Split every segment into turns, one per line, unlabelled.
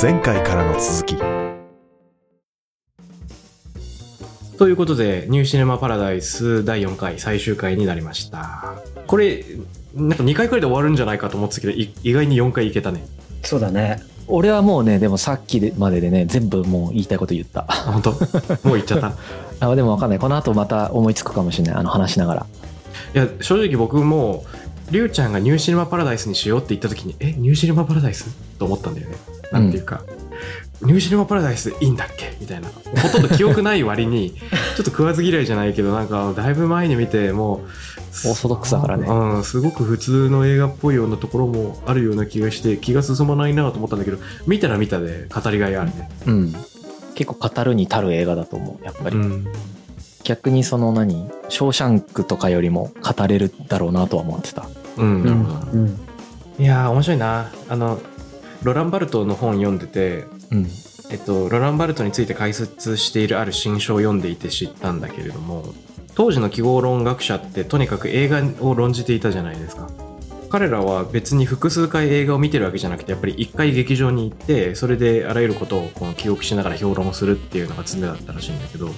前回からの続き
ということで、ニューシネマパラダイス第4回最終回になりました。これ、なんか2回くらいで終わるんじゃないかと思ってたけど、い意外に4回いけたね。
そうだね。
俺はもうねでもさっきまででね全部もう言いたいこと言った
あ、本当もういっちゃった。い
あでも分かんないこの後また思いつくかもしれないあの話しながら
や、正直僕も、りゅうちゃんがニューシネマパラダイスにしようって言った時に、え、ニューシネマパラダイスと思ったんだよね。なんていうか、ニューシネマパラダイスいいんだっけみたいな。ほとんど記憶ない割 に、ちょっと食わず嫌いじゃないけど、なんか、だいぶ前に見て、もう、
オーソドックスだからね
うん、すごく普通の映画っぽいようなところもあるような気がして、気が進まないなと思ったんだけど、見たら見たで語りがいあるね。
うん結構語るに足る映画だと思うやっぱり、
うん。
逆にその何「ショーシャンク」とかよりも語れるだろうなとは思ってた
うん。
うん。
いやー、面白いな。あの、ロランバルトの本読んでて、
うん
えっと、ロランバルトについて解説しているある新書を読んでいて知ったんだけれども当時の記号論学者ってとにかく映画を論じていたじゃないですか彼らは別に複数回映画を見てるわけじゃなくてやっぱり一回劇場に行ってそれであらゆることをこの記憶しながら評論をするっていうのが常だったらしいんだけど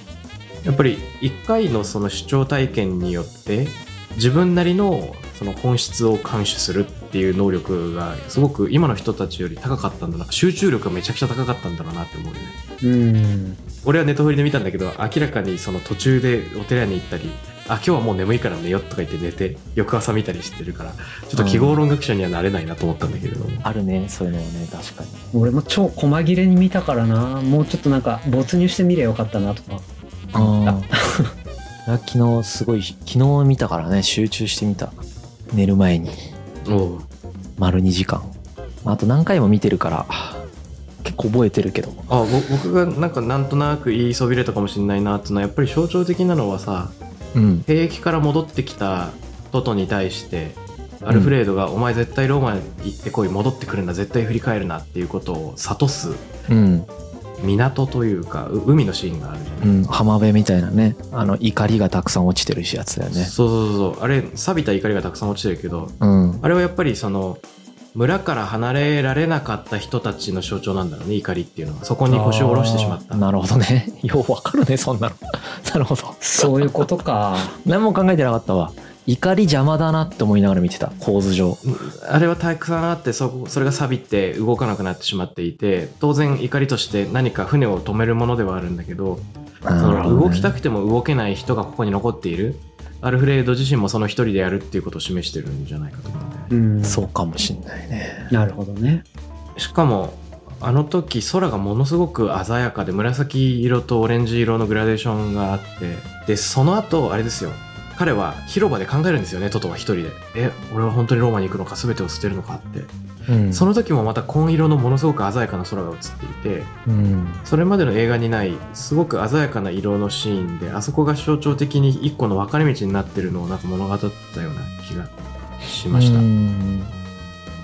やっぱり一回のその視聴体験によって自分なりのその本質を監視するっていう能力がすごく今の人たちより高かったんだな集中力がめちゃくちゃ高かったんだろうなって思うよね
うん。
俺はネットフリで見たんだけど明らかにその途中でお寺に行ったりあ今日はもう眠いから寝ようとか言って寝て翌朝見たりしてるからちょっと記号論学者にはなれないなと思ったんだけれども、
あるねそういうのもね確かに
俺も超細切れに見たからな。もうちょっとなんか没入してみりゃよかったなとか。
あ あ昨日すごい昨日見たからね集中してみた寝る前に
おう
丸2時間あと何回も見てるから結構覚えてるけど
あぼ僕がなんかなんとなく言いそびれたかもしれないなっていうのはやっぱり象徴的なのはさ
うん
兵役から戻ってきたトトに対してアルフレードが「お前絶対ローマに行ってこい戻ってくるんだ絶対振り返るな」っていうことを諭す
うん、
港というかう海のシーンがあるじゃない
うん、浜辺みたいなねあの怒りがたくさん落ちてるやつだよね
そうそうそうそうあれ錆びた怒りがたくさん落ちてるけど
うん
あれはやっぱりその村から離れられなかった人たちの象徴なんだろうね怒りっていうのはそこに腰を下ろしてしまった
あーなるほどね ようわかるねそんなの なるほど
そういうことか。
何も考えてなかったわ怒り邪魔だなって思いながら見てた構図上
あれはたくさんあってそこそれが錆びて動かなくなってしまっていて当然怒りとして何か船を止めるものではあるんだけど
そ
その動きたくても動けない人がここに残っているアルフレード自身もその一人でやるっていうことを示してるんじゃないかと思うんだよね
うん。
そうかもしんないね
う。なるほどね。
しかもあの時空がものすごく鮮やかで紫色とオレンジ色のグラデーションがあってでその後あれですよ彼は広場で考えるんですよねトトは一人でえ俺は本当にローマに行くのか全てを捨てるのかって、
うん
その時もまた紺色のものすごく鮮やかな空が映っていて
うん
それまでの映画にないすごく鮮やかな色のシーンであそこが象徴的に一個の分かれ道になってるのをなんか物語ったような気がしました、
うん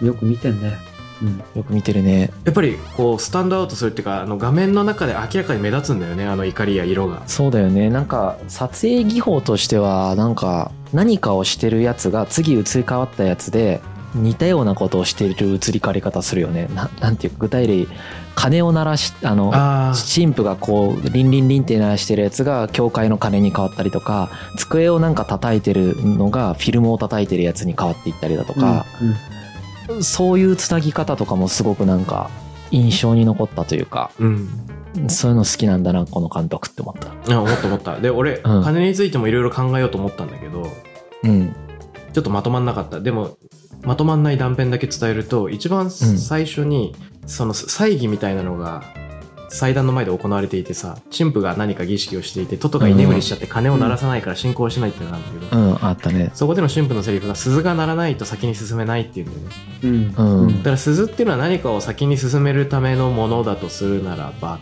よく見てんね。うん。
よく見てるね
やっぱりこうスタンドアウトするっていうかあの画面の中で明らかに目立つんだよねあの怒りや色が
そうだよねなんか撮影技法としてはなんか何かをしてるやつが次移り変わったやつで似たようなことをしてる移り変わり方するよねななんていうか具体例鐘を鳴らしあの
あ
神父がこうリンリンリンって鳴らしてるやつが教会の鐘に変わったりとか机をなんか叩いてるのがフィルムを叩いてるやつに変わっていったりだとか、
うん。
そういうつなぎ方とかもすごくなんか印象に残ったというか
うん
そういうの好きなんだなこの監督って思った。
あ思った思ったで俺、
うん
金についてもいろいろ考えようと思ったんだけど
うん、
ちょっとまとまんなかったでもまとまんない断片だけ伝えると一番最初に、その祭儀みたいなのが祭壇の前で行われていてさ神父が何か儀式をしていてトトが居眠りしちゃって鐘を鳴らさないから進行しないってのなんだけど、
うん、あったね
そこでの神父のセリフが鈴が鳴らないと先に進めないっていうんだよね
うん。
うん
だから鈴っていうのは何かを先に進めるためのものだとするならば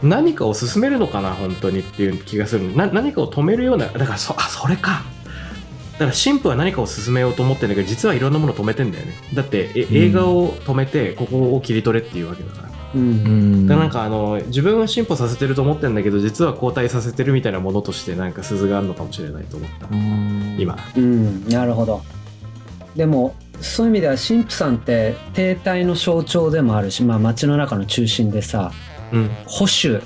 と何かを進めるのかな本当にっていう気がするな何かを止めるようなだからそあそれかだから神父は何かを進めようと思ってんだけど実はいろんなものを止めてんだよねだってえ
うん
映画を止めてここを切り取れっていうわけだから、だか
う。
うんん
らなんかあの自分は進歩させてると思ってんだけど実は後退させてるみたいなものとしてなんか鈴があるのかもしれないと思った、
うん
今
うん。なるほど。でも、そういう意味では神父さんって停滞の象徴でもあるし、まあ、街の中の中心でさ
うん
保守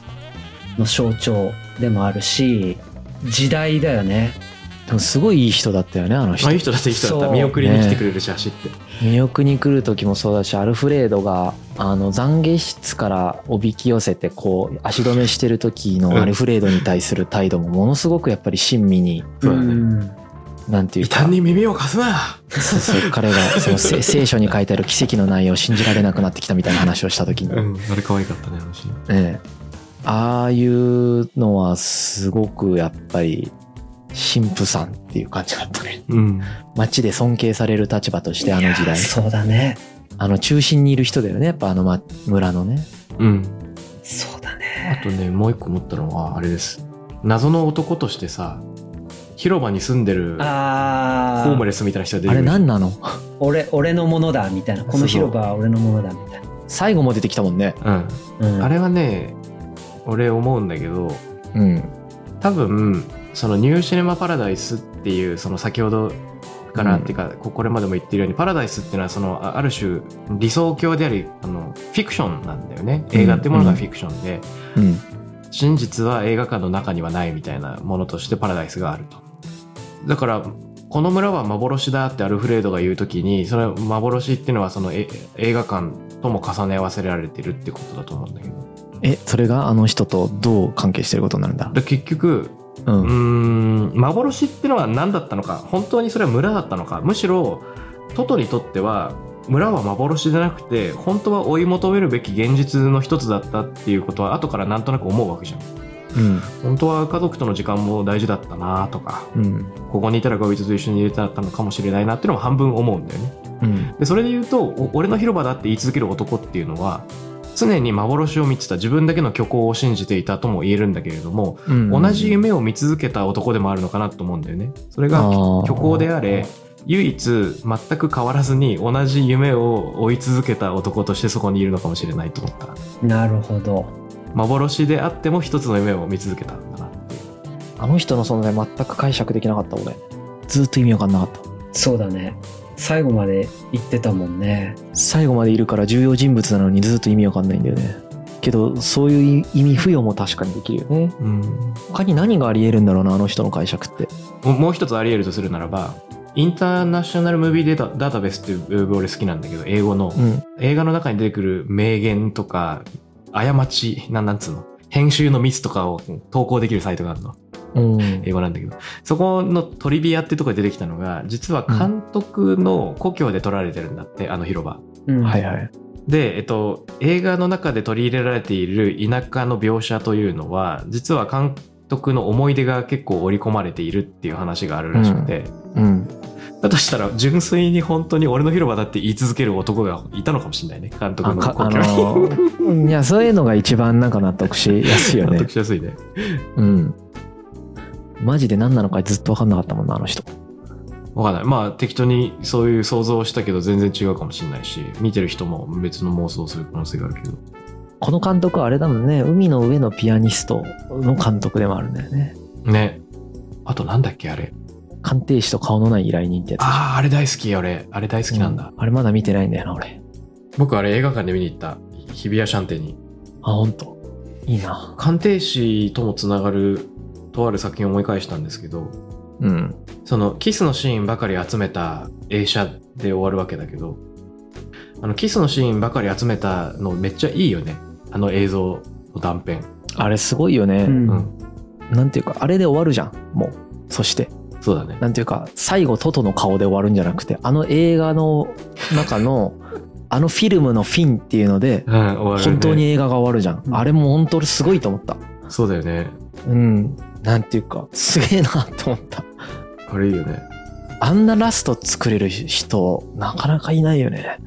の象徴でもあるし時代だよね
でもすごいいい人だったよねあの人
あいい人だったいい人だった
そう
見送りに来てくれるし走って、
見送りに来る時もそうだしアルフレードがあの懺悔室からおびき寄せてこう足止めしてる時
うん
のアルフレードに対する態度もものすごくやっぱり親身に
そうだね
ん
なんてい
異
うか
端に耳を貸すな
そうそう彼 がそのせ聖書に書いてある奇跡の内容を信じられなくなってきたみたいな話をした時に、
うんあれ可愛かったねあのシーン
ええああいうのはすごくやっぱり神父さんっていう感じだったね
うん
街で尊敬される立場としてあの時
いや
代
そうだね
あの中心にいる人だよねやっぱあの、ま、村のね
うん
そうだ
あ
ね
とねもう一個思ったのはあれです謎の男としてさ広場に住んでるホ
あ
ーム
あ
レスみたいな人が出
あ
て
れ
くる
何なの
俺俺のものだみたいなこの広場は俺のものだみたい
最後も出てきたもんね
うん
な、うん
あれはね俺思うんだけど
うん
多分そのニューシネマパラダイスっていうその先ほどから、
うん
っていうかここれまでも言ってるようにパラダイスっていうのはそのあある種理想郷でありあのフィクションなんだよね映画っていうものがフィクションで、
うん
真実は映画館の中にはないみたいなものとしてパラダイスがあるとだからこの村は幻だってアルフレードが言う時にその幻っていうのはそのえ映画館とも重ね合わせられてるってことだと思うんだけど
えそれがあの人とどう関係してることになるんだ
で結局う
う
ーん
ん
幻ってのは何だったのか本当にそれは村だったのかむしろトトにとっては村は幻じゃなくて本当は追い求めるべき現実の一つだったっていうことは後からなんとなく思うわけじゃん
うん
本当は家族との時間も大事だったなとか
うん
ここにいたら恋人と一緒にいれたのかもしれないなっていうのも半分思うんだよね
うん
でそれで言うとお俺の広場だって言い続ける男っていうのは常に幻を見てた自分だけの虚構を信じていたとも言えるんだけれども
うん
同じ夢を見続けた男でもあるのかなと思うんだよね。それが
あー
虚構であれ唯一全く変わらずに同じ夢を追い続けた男としてそこにいるのかもしれないと思った
なるほど
幻であっても一つの夢を見続けたんだなっていう
あの人の存在全く解釈できなかった俺ずっと意味わかんなかった
そうだね最後まで言ってたもんね
最後までいるから重要人物なのにずっと意味わかんないんだよねけどそういう意味付与も確かにできるよね
うん
他に何があり得るんだろうなあの人の解釈って
ももう一つあり得るとするならばインターナショナルムービーデータダータベースっていうブログ俺好きなんだけど英語の、
うん
映画の中に出てくる名言とか過ちなんなんつうの編集のミスとかを投稿できるサイトがあるの
うん
英語なんだけどそこのトリビアってとこで出てきたのが実は監督の故郷で撮られてるんだって、あの広場
うん
はいはい
で、えっと、映画の中で取り入れられている田舎の描写というのは実は監督の思い出が結構織り込まれているっていう話があるらしくて、
うん
だとしたら純粋に本当に俺の広場だって言い続ける男がいたのかもしれないね 監督
あ
の
か
故
あ
郷に
の ーいやそういうのが一番なんか納得しやすいよ
納
ね
得しやすいね
うんマジで何なのかずっとわかんなかったもんなあの人
わかんないまあ適当にそういう想像をしたけど全然違うかもしれないし見てる人も別の妄想をする可能性があるけど
この監督はあれだもんね海の上のピアニストの監督でもあるんだよね
ねあとなんだっけあれ
鑑定士と顔のない依頼人ってやつ
あああれ大好き俺あれ大好きなんだ、
うあれまだ見てないんだよな俺
僕あれ映画館で見に行った日比谷シャンテに
あ本当いいな
鑑定士ともつながるとある作品を思い返したんですけど
うん
そのキスのシーンばかり集めた映写で終わるわけだけどあのキスのシーンばかり集めたのめっちゃいいよねあの映像の断片
あれすごいよね、
うん
うん、
なんていうかあれで終わるじゃんもうそして
そうだね
なんていうか最後トトの顔で終わるんじゃなくてあの映画の中 のあのフィルムのフィンっていうので
うん、終わるね
本当に映画が終わるじゃん、
うん
あれも本当にすごいと思った
そうだよね
うんなんていうかすげえなと思った
あれいいよね
あんなラスト作れる人なかなかいないよね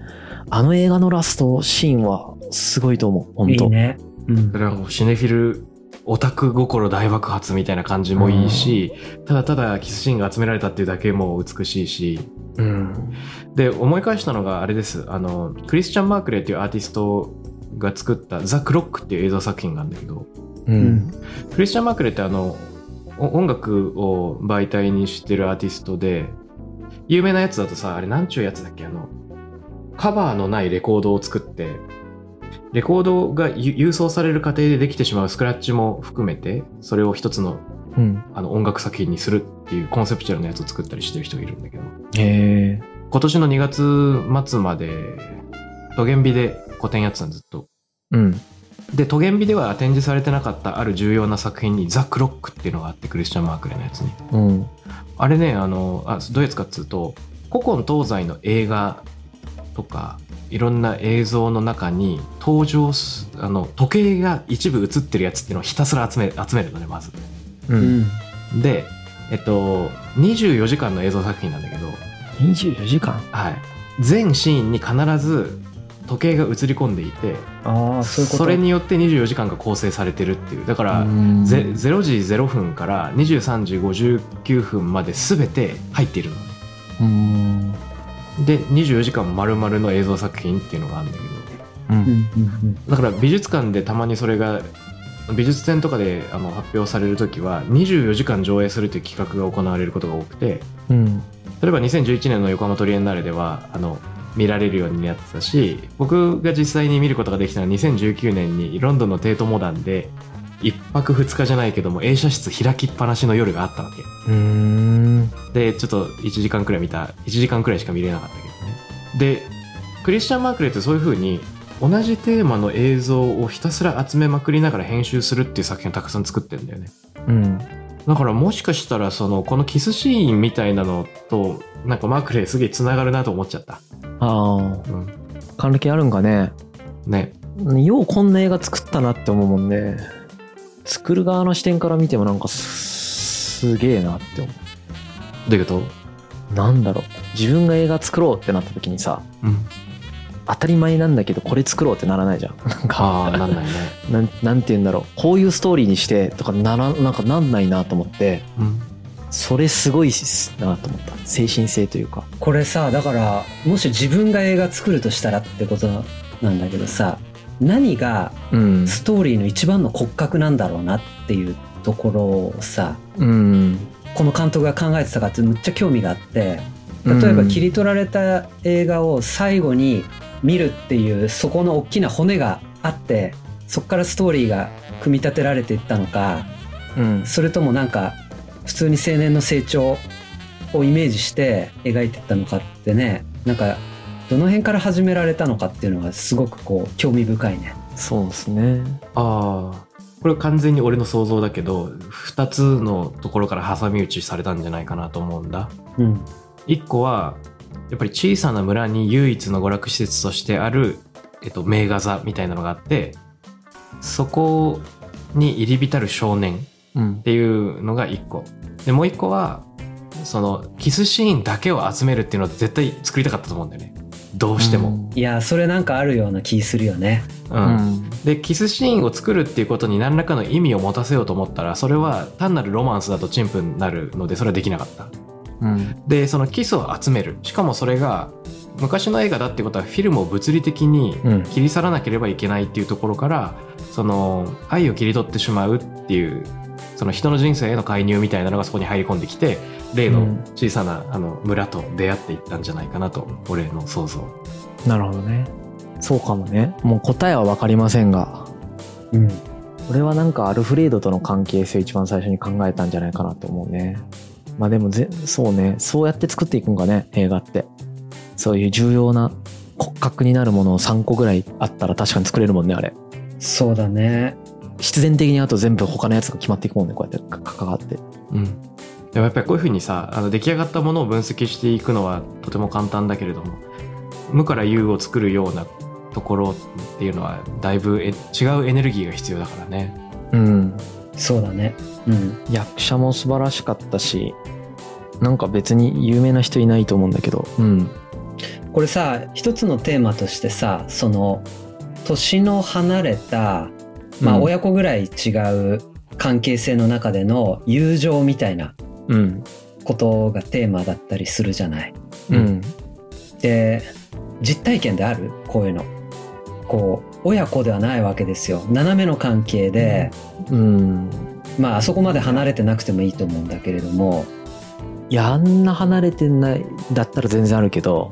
あの映画のラストシーンはすごいと思う本
い
当
いね、うん
そ、れはもうシネフィルオタク心大爆発みたいな感じもいいし、ただただキスシーンが集められたっていうだけも美しいし
うん
で思い返したのがあれですあのクリスチャン・マークレーっていうアーティストが作った「ザ・クロック」っていう映像作品があるんだけど
うん、
ん
クリスチャン・マークレーってあのお音楽を媒体にしてるアーティストで有名なやつだとさあれなんちゅうやつだっけあのカバーのないレコードを作ってレコードがゆ郵送される過程でできてしまうスクラッチも含めてそれを一つの
うん。
あの音楽作品にするっていうコンセプチュアルなやつを作ったりしてる人がいるんだけど
へえ。
今年の2月末までトゲンビで個展やってたのずっと
うん。
でトゲンビでは展示されてなかったある重要な作品に「ザ・クロック」っていうのがあってクリスチャン・マークレのやつに
うん。
あれねあのあどういうやつかっつうと古今東西の映画とかいろんな映像の中に登場すあの時計が一部映ってるやつっていうのをひたすら集め集めるのねまず
う。
うんん。
でえっと24時間の映像作品なんだけど
24時間
はい全シーンに必ず時計が映り込んでいて
ああ、そういうこと。
それによって24時間が構成されてるっていうだから、
うん
ゼ0時0分から23時59分まで全て入っているの
うん。
で24時間丸々の映像作品っていうのがあるんだけ
う
うん
ん。
うん
どだから美術館でたまにそれが美術展とかであの発表される時は24時間上映するという企画が行われることが多くて
うん。
例えば2011年の横浜トリエンナーレではあの見られるようになってたし僕が実際に見ることができたのは2019年にロンドンのテートモダンで1泊2日じゃないけども映写室開きっぱなしの夜があったわけ
うん。
でちょっと1時間くらい見た1時間くらいしか見れなかったけどねでクリスチャン・マークレーってそういう風に同じテーマの映像をひたすら集めまくりながら編集するっていう作品をたくさん作ってるんだよね
うん。
だからもしかしたらそのこのキスシーンみたいなのとなんかマークレーすげえつながるなと思っちゃった、
あ
うん、
あ、還暦あるんかね。
ね
ようこんな映画作ったなって思うもんね。作る側の視点から見てもなんかすすげえなって思
どういうこと
う。なんだろう。自分が映画作ろうってなった時にさ、
うん、
当たり前なんだけどこれ作ろうってならないじゃん。なんか、
ああなんないね、
なんなんて言うんだろう。こういうストーリーにしてとかなら、なんかなんないなと思って、
うん、
それすごいしなと思った。精神性というか。
これさ、だから、もし自分が映画作るとしたらってことなんだけどさ、何が
うん。
ストーリーの一番の骨格なんだろうなっていうところをさ、
うん。
この監督が考えてたかってむっちゃ興味があって、例えば切り取られた映画を最後に見るっていうそこの大きな骨があってそこからストーリーが組み立てられていったのか
うん。
それともなんか普通に青年の成長をイメージして描いていったのかってねなんかどの辺から始められたのかっていうのがすごくこう興味深いね。
そうですね。
ああこれ完全に俺の想像だけど2つのところから挟み撃ちされたんじゃないかなと思うんだ
うん、
一個はやっぱり小さな村に唯一の娯楽施設としてある、えっと、名画座みたいなのがあってそこに入り浸る少年っ
うん。
ていうのが一個でもう一個はそのキスシーンだけを集めるっていうのは絶対作りたかったと思うんだよねどうしても、
いやそれなんかあるような気するよね。
う
うんん。
でキスシーンを作るっていうことに何らかの意味を持たせようと思ったらそれは単なるロマンスだと陳腐になるのでそれはできなかった
うん。
でそのキスを集めるしかもそれが昔の映画だってことはフィルムを物理的に
うん。
切り去らなければいけないっていうところからその愛を切り取ってしまうっていうその人の人生への介入みたいなのがそこに入り込んできて例
う
の
ん
小さなあの村と出会っていったんじゃないかなと俺の想像
なるほどね。そうかもね。もう答えは分かりませんが、
うん、
俺はなんかアルフレードとの関係性を一番最初に考えたんじゃないかなと思うね。まあでもぜ、そうね。そうやって作っていくんかね、映画って。そういう重要な骨格になるものを3個ぐらいあったら確かに作れるもんね、あれ。
そうだね。
必然的にあと全部他のやつが決まっていくもんね、こうやって関わって。
うん、でもやっぱりこういうふうにさあの出来上がったものを分析していくのはとても簡単だけれども無から有を作るようなところっていうのはだいぶえ違うエネルギーが必要だからね。
うん。
そうだね。うん。
役者も素晴らしかったし、なんか別に有名な人いないと思うんだけど、うん。
これさ一つのテーマとしてさその年の離れた、まあ、
うん
親子ぐらい違う関係性の中での友情みたいな
うん。
ことがテーマだったりするじゃない。
うん。
で実体験であるこういうの。こう親子ではないわけですよ斜めの関係で、
うん。
まああそこまで離れてなくてもいいと思うんだけれども
いやあんな離れてないだったら全然あるけど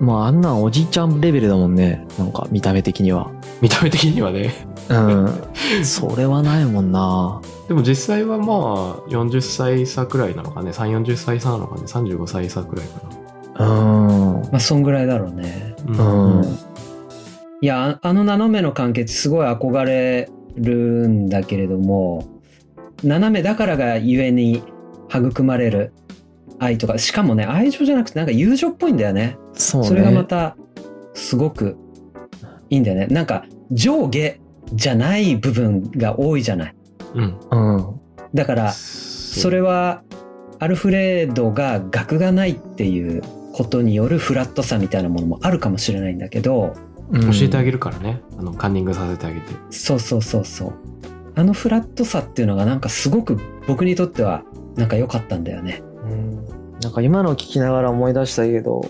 まああんなんおじいちゃんレベルだもんねなんか見た目的には
見た目的にはね
うん それはないもんな
でも実際はまあ40歳差くらいなのかね340歳差なのかね35歳差くらいか
う
ま
ん
あそんぐらいだろうね
な
うん
いやああの斜めの完結すごい憧れるんだけれども斜めだからがゆえに育まれる愛とかしかもね愛情じゃなくてなんか友情っぽいんだよね
そうね
それがまたすごくいいんだよねなんか上下じゃない部分が多いじゃない
うん
うん
だからそ
そ
れはアルフレードが学がないっていうことによるフラットさみたいなものもあるかもしれないんだけど
うん
教えてあげるからねあのカンニングさせてあげて
そうそうそうそうあのフラットさっていうのがなんかすごく僕にとってはなんか良かったんだよね
うんなんか今のを聞きながら思い出したけど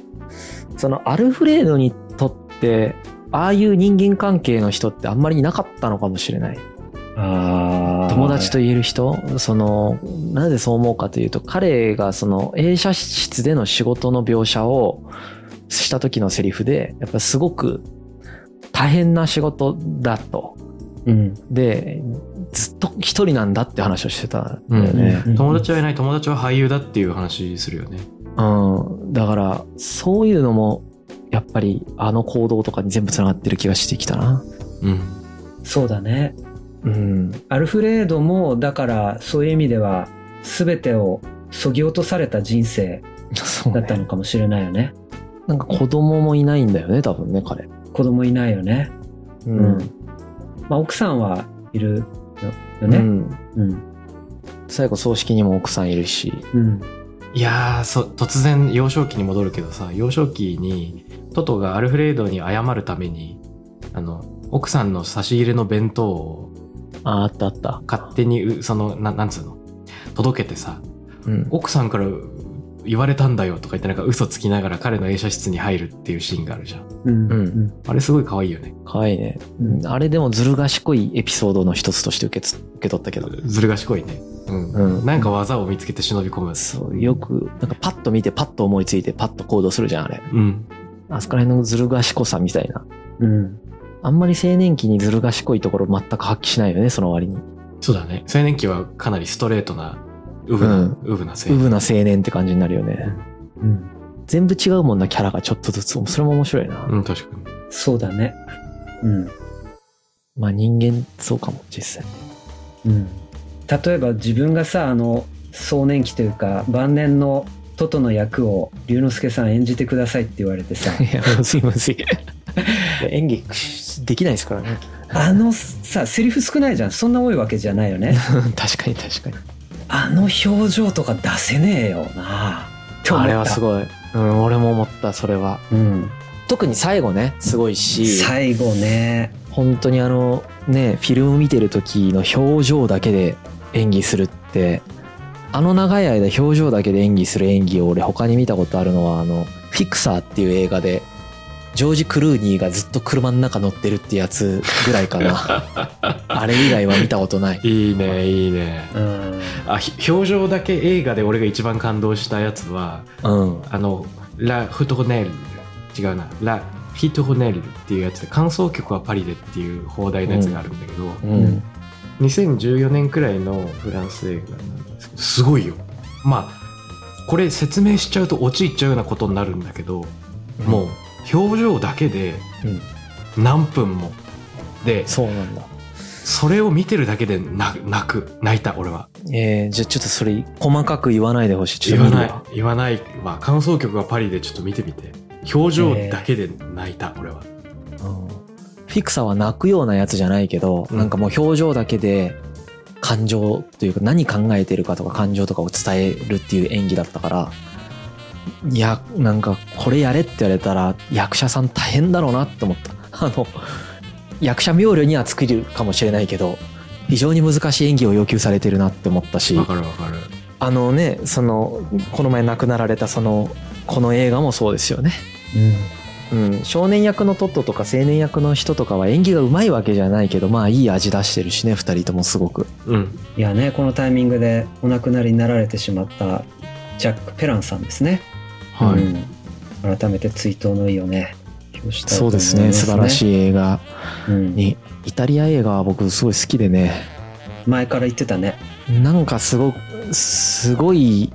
そのアルフレードにとってああいう人間関係の人ってあんまりいなかったのかもしれない
あ
友達と言える人そのなぜそう思うかというと彼がその映写室での仕事の描写をした時のセリフでやっぱすごく大変な仕事だと
うん
でずっと一人なんだって話をしてたんだよね、
うん
友達はいない友達は俳優だっていう話するよね
うん、だからそういうのもやっぱりあの行動とかに全部つながってる気がしてきたな。
うん
そうだね
うん、
アルフレードもだからそういう意味では全てをそぎ落とされた人生
そう
だ
ね
ったのかもしれないよね
なんか子供もいないんだよね多分ね彼。
子供いないよね、
う
うんまあ、奥さんはいるよね
ね
うん
最後葬式にも奥さんいるし。
うん
いやーそ突然幼少期に戻るけどさ幼少期にトトがアルフレードに謝るためにあの奥さんの差し入れの弁当を
ああったあった。
勝手にうそのななんつうの届けてさ
うん、
奥さんから言われたんだよとか言ってなんか嘘つきながら彼の映写室に入るっていうシーンがあるじゃん
うん
うん
あれすごい可愛いよね
かわいいね、
うん
あれでもずる賢いエピソードの一つとして受けつ受け取ったけど。
ずる賢いねうん、
うん
なんか技を見つけて忍び込む
そうよくなんかパッと見てパッと思いついてパッと行動するじゃんあれ
うん
あそこら辺のずる賢さみたいな
うん
あんまり青年期にずる賢いところ全く発揮しないよね、その割に。
そうだね青年期はかなりストレートなウブな、
うん
ウブな青
う
年
ぶな青年って感じになるよね。
うん
全部違うもんな、キャラがちょっとずつ。それも面白いな。
うん確かに
そうだねうん
まあ人間、そうかも、実際。
うん例えば自分がさあの壮年期というか晩年のトトの役を龍之介さん演じてくださいって言われてさ
いや、むずいむずい。演技できないですからね。
あのさセリフ少ないじゃんそんな多いわけじゃないよ ね
確かに確かに。
あの表情とか出せねえよなって思っ
あ
た
れはすごい。うん、俺も思った、それは。
うん、
特に最後ね、すごいし、
最後ね
本当にあの、ね、フィルム見てる時の表情だけで演技するって、あの長い間表情だけで演技する演技を俺他に見たことあるのはあの、フィクサーっていう映画で、ジョージ・クルーニーがずっと車の中乗ってるってやつぐらいかな。 あれ以外は見たことない。
いいねいいね
うん
あひ表情だけ映画で俺が一番感動したやつは
うん。
あの「ラ・フトネル」違うな「ラ・ヒトネル」っていうやつで感想曲はパリでっていう放題のやつがあるんだけど、
うん。
2014年くらいのフランス映画なんですけどすごいよまあこれ説明しちゃうと陥っちゃうようなことになるんだけど、もう表情だけで
うん
何分もで
そうなんだ。
それを見てるだけで泣く泣く泣いた俺は
えー、じゃあちょっとそれ細かく言わないでほしい。ちょっ
言
と
わ
見る
ない言わないまあ感想曲はパリでちょっと見てみて表情だけで泣いた、俺は
うんフィクサーは泣くようなやつじゃないけど、
うん
なんかもう表情だけで感情というか何考えてるかとか感情とかを伝えるっていう演技だったからいやなんかこれやれって言われたら役者さん大変だろうなって思った あの役者冥利には尽きるかもしれないけど非常に難しい演技を要求されてるなって思ったし
わかるわかる
あのねそのこの前亡くなられたそのこの映画もそうですよねうん、少年役のトットとか青年役の人とかは演技がうまいわけじゃないけどまあいい味出してるしね2人ともすごく
うん
いやねこのタイミングでお亡くなりになられてしまったジャック・ペランさんですね。
はい、
うん改めて追悼の意をね、表したいと
そう
思いま
ですね素晴らしい映画
うん
にイタリア映画は僕すごい好きでね
前から言ってたね。
なんかすごすごいい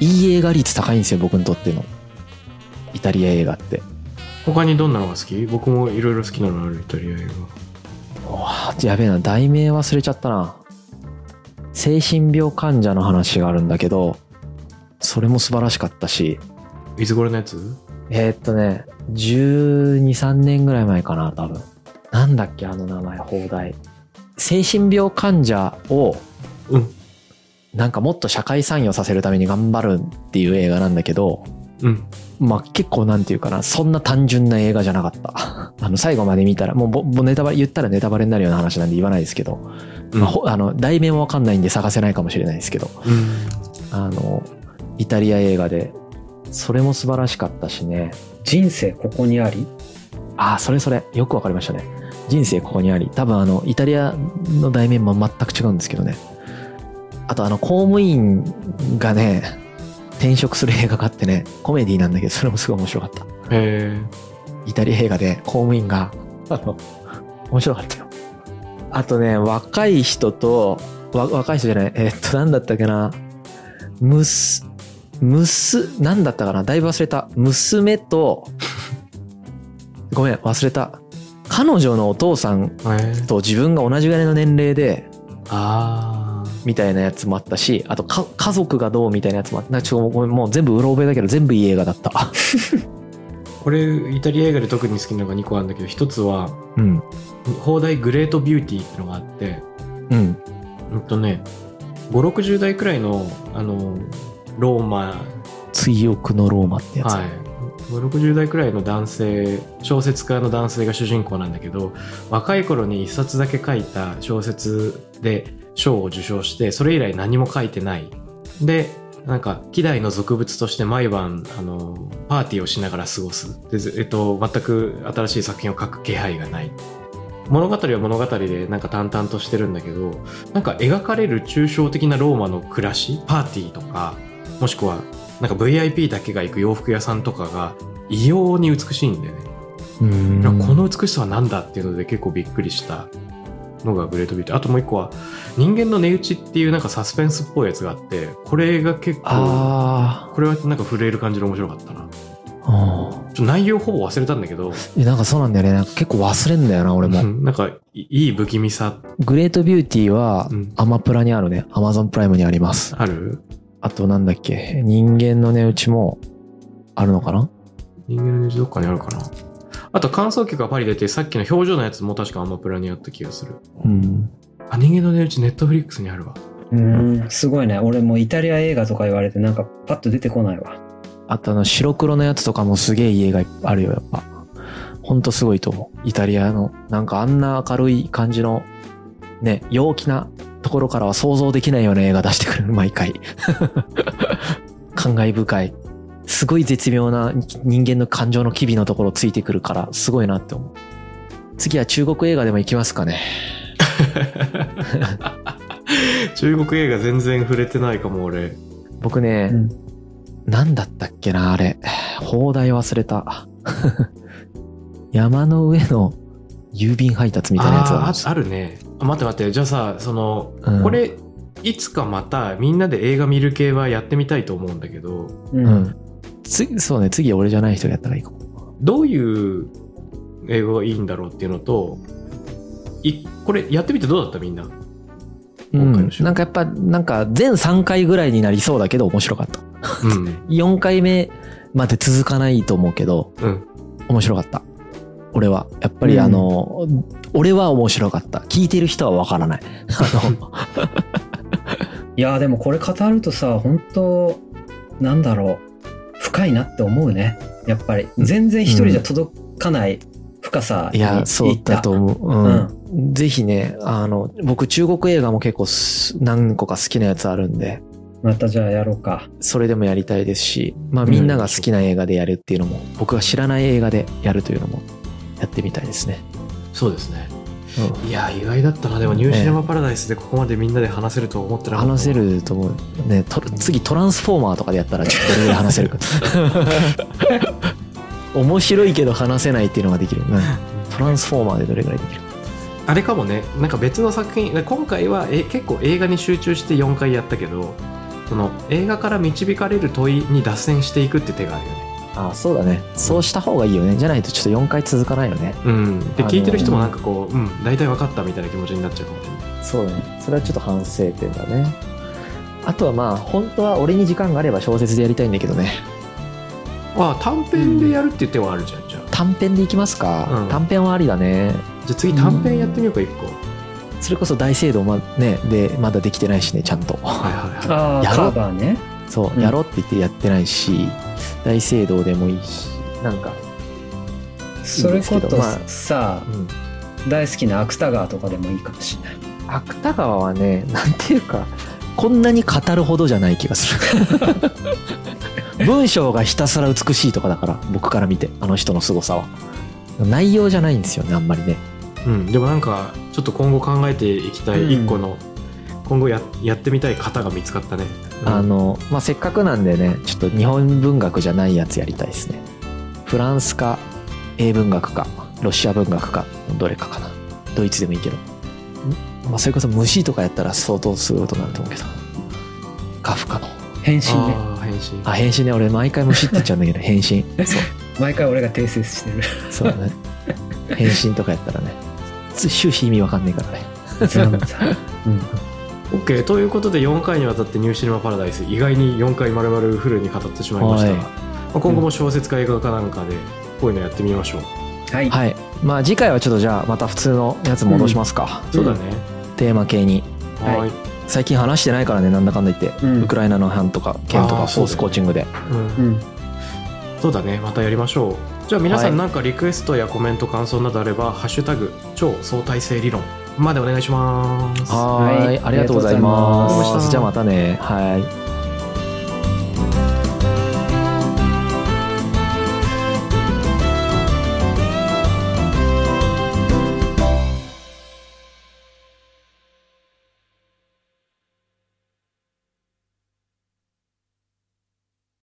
い映画率高いんですよ僕にとってのイタリア映画って
他にどんなのが好き僕もいろいろ好きなのあるイタリア映
うわやべえな題名忘れちゃったな精神病患者の話があるんだけどそれも素晴らしかったし
画いつ頃のやつ
えーっとね1 2 3年ぐらい前かな多分なんだっけあの名前放題精神病患者を
うん
なんかもっと社会参与させるために頑張るっていう映画なんだけど
うん
まあ結構なんていうかなそんな単純な映画じゃなかった あの最後まで見たらもうぼぼネタバレ言ったらネタバレになるような話なんで言わないですけど
うん
まあ、ほあの題名もわかんないんで探せないかもしれないですけど
うん
あのイタリア映画でそれも素晴らしかったしね
人生ここにあり。
ああそれそれよくわかりましたね人生ここにあり多分あのイタリアの題名も全く違うんですけどねあとあの公務員がね転職する映画があってねコメディなんだけどそれもすごい面白かった
へ
イタリア映画で公務員があの面白かったよあとね若い人とわ若い人じゃないえっと何だったっけなむすむす何だったかなだいぶ忘れた娘とごめん忘れた彼女のお父さん
えへえ
と自分が同じぐらいの年齢で
あ
みたいなやつもあったしあとか家族がどうみたいなやつもあったなんかちょっとごめんもう全部うろ覚えだけど全部いい映画だった
あこれイタリア映画で特に好きなのが2個あるんだけど一つは
うん
放題グレートビューティーってのがあって
うん
うんとね560代くらいのあのローマ
追憶のローマってやつ、
はい、60代くらいの男性小説家の男性が主人公なんだけど若い頃に一冊だけ書いた小説で賞を受賞してそれ以来何も書いてないでなんか希代の俗物として毎晩あのパーティーをしながら過ごすで、ずえっと、全く新しい作品を書く気配がない物語は物語でなんか淡々としてるんだけどなんか描かれる抽象的なローマの暮らしパーティーとかもしくはなんか VIP だけが行く洋服屋さんとかが異様に美しいんだよね、
うーん
だからこの美しさは何だっていうので結構びっくりしたのがグレートビートあともう一個は「人間の値打ち」っていうなんかサスペンスっぽいやつがあってこれが結構
あ
これはなんか震える感じで面白かったなちょ
あ、
っと内容ほぼ忘れたんだけど
うん、なんかそうなんだよね。なんか結構忘れんだよな、俺
う
も。
んなんかいいい不気味さ
グレートビューティーは
うん、
アマプラにあるね。アマゾンプライムにあります。
ある
あとなんだっけ、人間の値打ちもあるのかな
人間の値打ちどっかにあるかなあと感想曲がパリ出てさっきの表情のやつも確かアマプラにあった気がする
うん。
あ人間の値打ちネットフリックスにあるわ
うん、すごいね。俺もうイタリア映画とか言われてなんかパッと出てこないわ。
あとあの白黒のやつとかもすげえいい映画いっぱいあるよ、やっぱ。ほんとすごいと思う。イタリアの、なんかあんな明るい感じの、ね、陽気なところからは想像できないような映画出してくる、毎回。 感慨深い。すごい絶妙な人間の感情の機微のところついてくるから、すごいなって思う。次は中国映画でも行きますかね。
中国映画全然触れてないかも俺
僕ね、
うん
なんだったっけな、あれ。放題忘れた。山の上の郵便配達みたいなやつがあるん
あ
です
ーああるねあ待って待ってじゃあさその、
うん
これいつかまたみんなで映画見る系はやってみたいと思うんだけど
う
う。ん。次、そうね、次俺じゃない人がやったらいいかも。
どういう映画がいいんだろうっていうのといこれやってみてどうだったみん な
う
今回
ん
の、週
なんかやっぱ、なんか全3回ぐらいになりそうだけど面白かった。
うん
4回目まで続かないと思うけど、
うん
面白かった。俺は。やっぱ
う
り
ん
あの、俺は面白かった。聞いてる人はわからない。 あの、
いやーでもこれ語るとさ、本当なんだろう。深いなって思うね。やっぱり。全然一人じゃ届かない深さ
い
に
や、そうだと
う。
思う。うん。ぜひね、あの、僕中国映画も結構す何個か好きなやつあるんで、
またじゃあやろうか。
それでもやりたいですし、まあみんなが好きな映画でやるっていうのも、僕が知らない映画でやるというのもやってみたいですね。
そうですね
うん
いや意外だったなでもニューシネマパラダイスでここまでみんなで話せるとは思ってなかった
話せると思うねと次トランスフォーマーとかでやったらどれぐらい話せるか 面白いけど話せないっていうのができる、うんトランスフォーマーでどれぐらいできる
あれかもねなんか別の作品今回はえ結構映画に集中して4回やったけどその映画から導かれる問いに脱線していくって手があるよね
あそうだねそうした方がいいよねじゃないとちょっと4回続かないよね
うんで
あの
聞いてる人もなんかこううん大体分かったみたいな気持ちになっちゃうかもしれない
そうだねそれはちょっと反省点だねあとはまあ本当は俺に時間があれば小説でやりたいんだけどね
あ短編でやるって手はあるじゃんじゃあ
短編でいきますか、
うん
短編はありだね
じゃあ次短編やってみようか1個はい
それこそ大聖堂ま,、ね、でまだできてないしねちゃんと
はいはい
ああ
やろ
カバーね
そう、
うん
やろうって言ってやってないし大聖堂でもいいしなんか、
それこ
いいんですけど
そ
まあ
さ
うん、
大好きな芥川とかでもいいかもしれない
芥川はねなんていうかこんなに語るほどじゃない気がする文章がひたすら美しいとかだから僕から見てあの人の凄さは内容じゃないんですよねあんまりね
うんでもなんかちょっと今後考えていきたい1個の今後ややってみたい方が見つかったねうん
あの、まあ、せっかくなんでねちょっと日本文学じゃないやつやりたいですねフランスか英文学かロシア文学かどれかかなドイツでもいいけど、んまあ、それこそ虫とかやったら相当すごいことになると思うけどカフカの
変身ね
あー返信
あ変身ね俺毎回虫って言っちゃうんだけど変身そう
毎回俺が訂正して る
そうだね変身とかやったらねつ終始意味わかんねえからね
そうなんだうん、
OK ということで4回にわたって「ニューシネマ・パラダイス」意外に4回まるまるフルに語ってしまいましたが、
はい
まあ、今後も小説か映画かなんかでこういうのやってみましょう、
はい、
はいまあ次回はちょっとじゃあまた普通のやつ戻しますか、
そうだね
テーマ系に
はい
はい、
最近話してないからねなんだかんだ言って、
うん
ウクライナの班とか県と
あー
か
そ
フ
うだね
ォースコーチングで、
うん
うん、
そうだねまたやりましょうじゃあ皆さ
は
ん
い
なんかリクエストやコメント感想などあれば「ハッシュタグ超相対性理論」までお願いします
はーい
はい
ありがとうございま
ありがとうございます
すじゃあまたねはい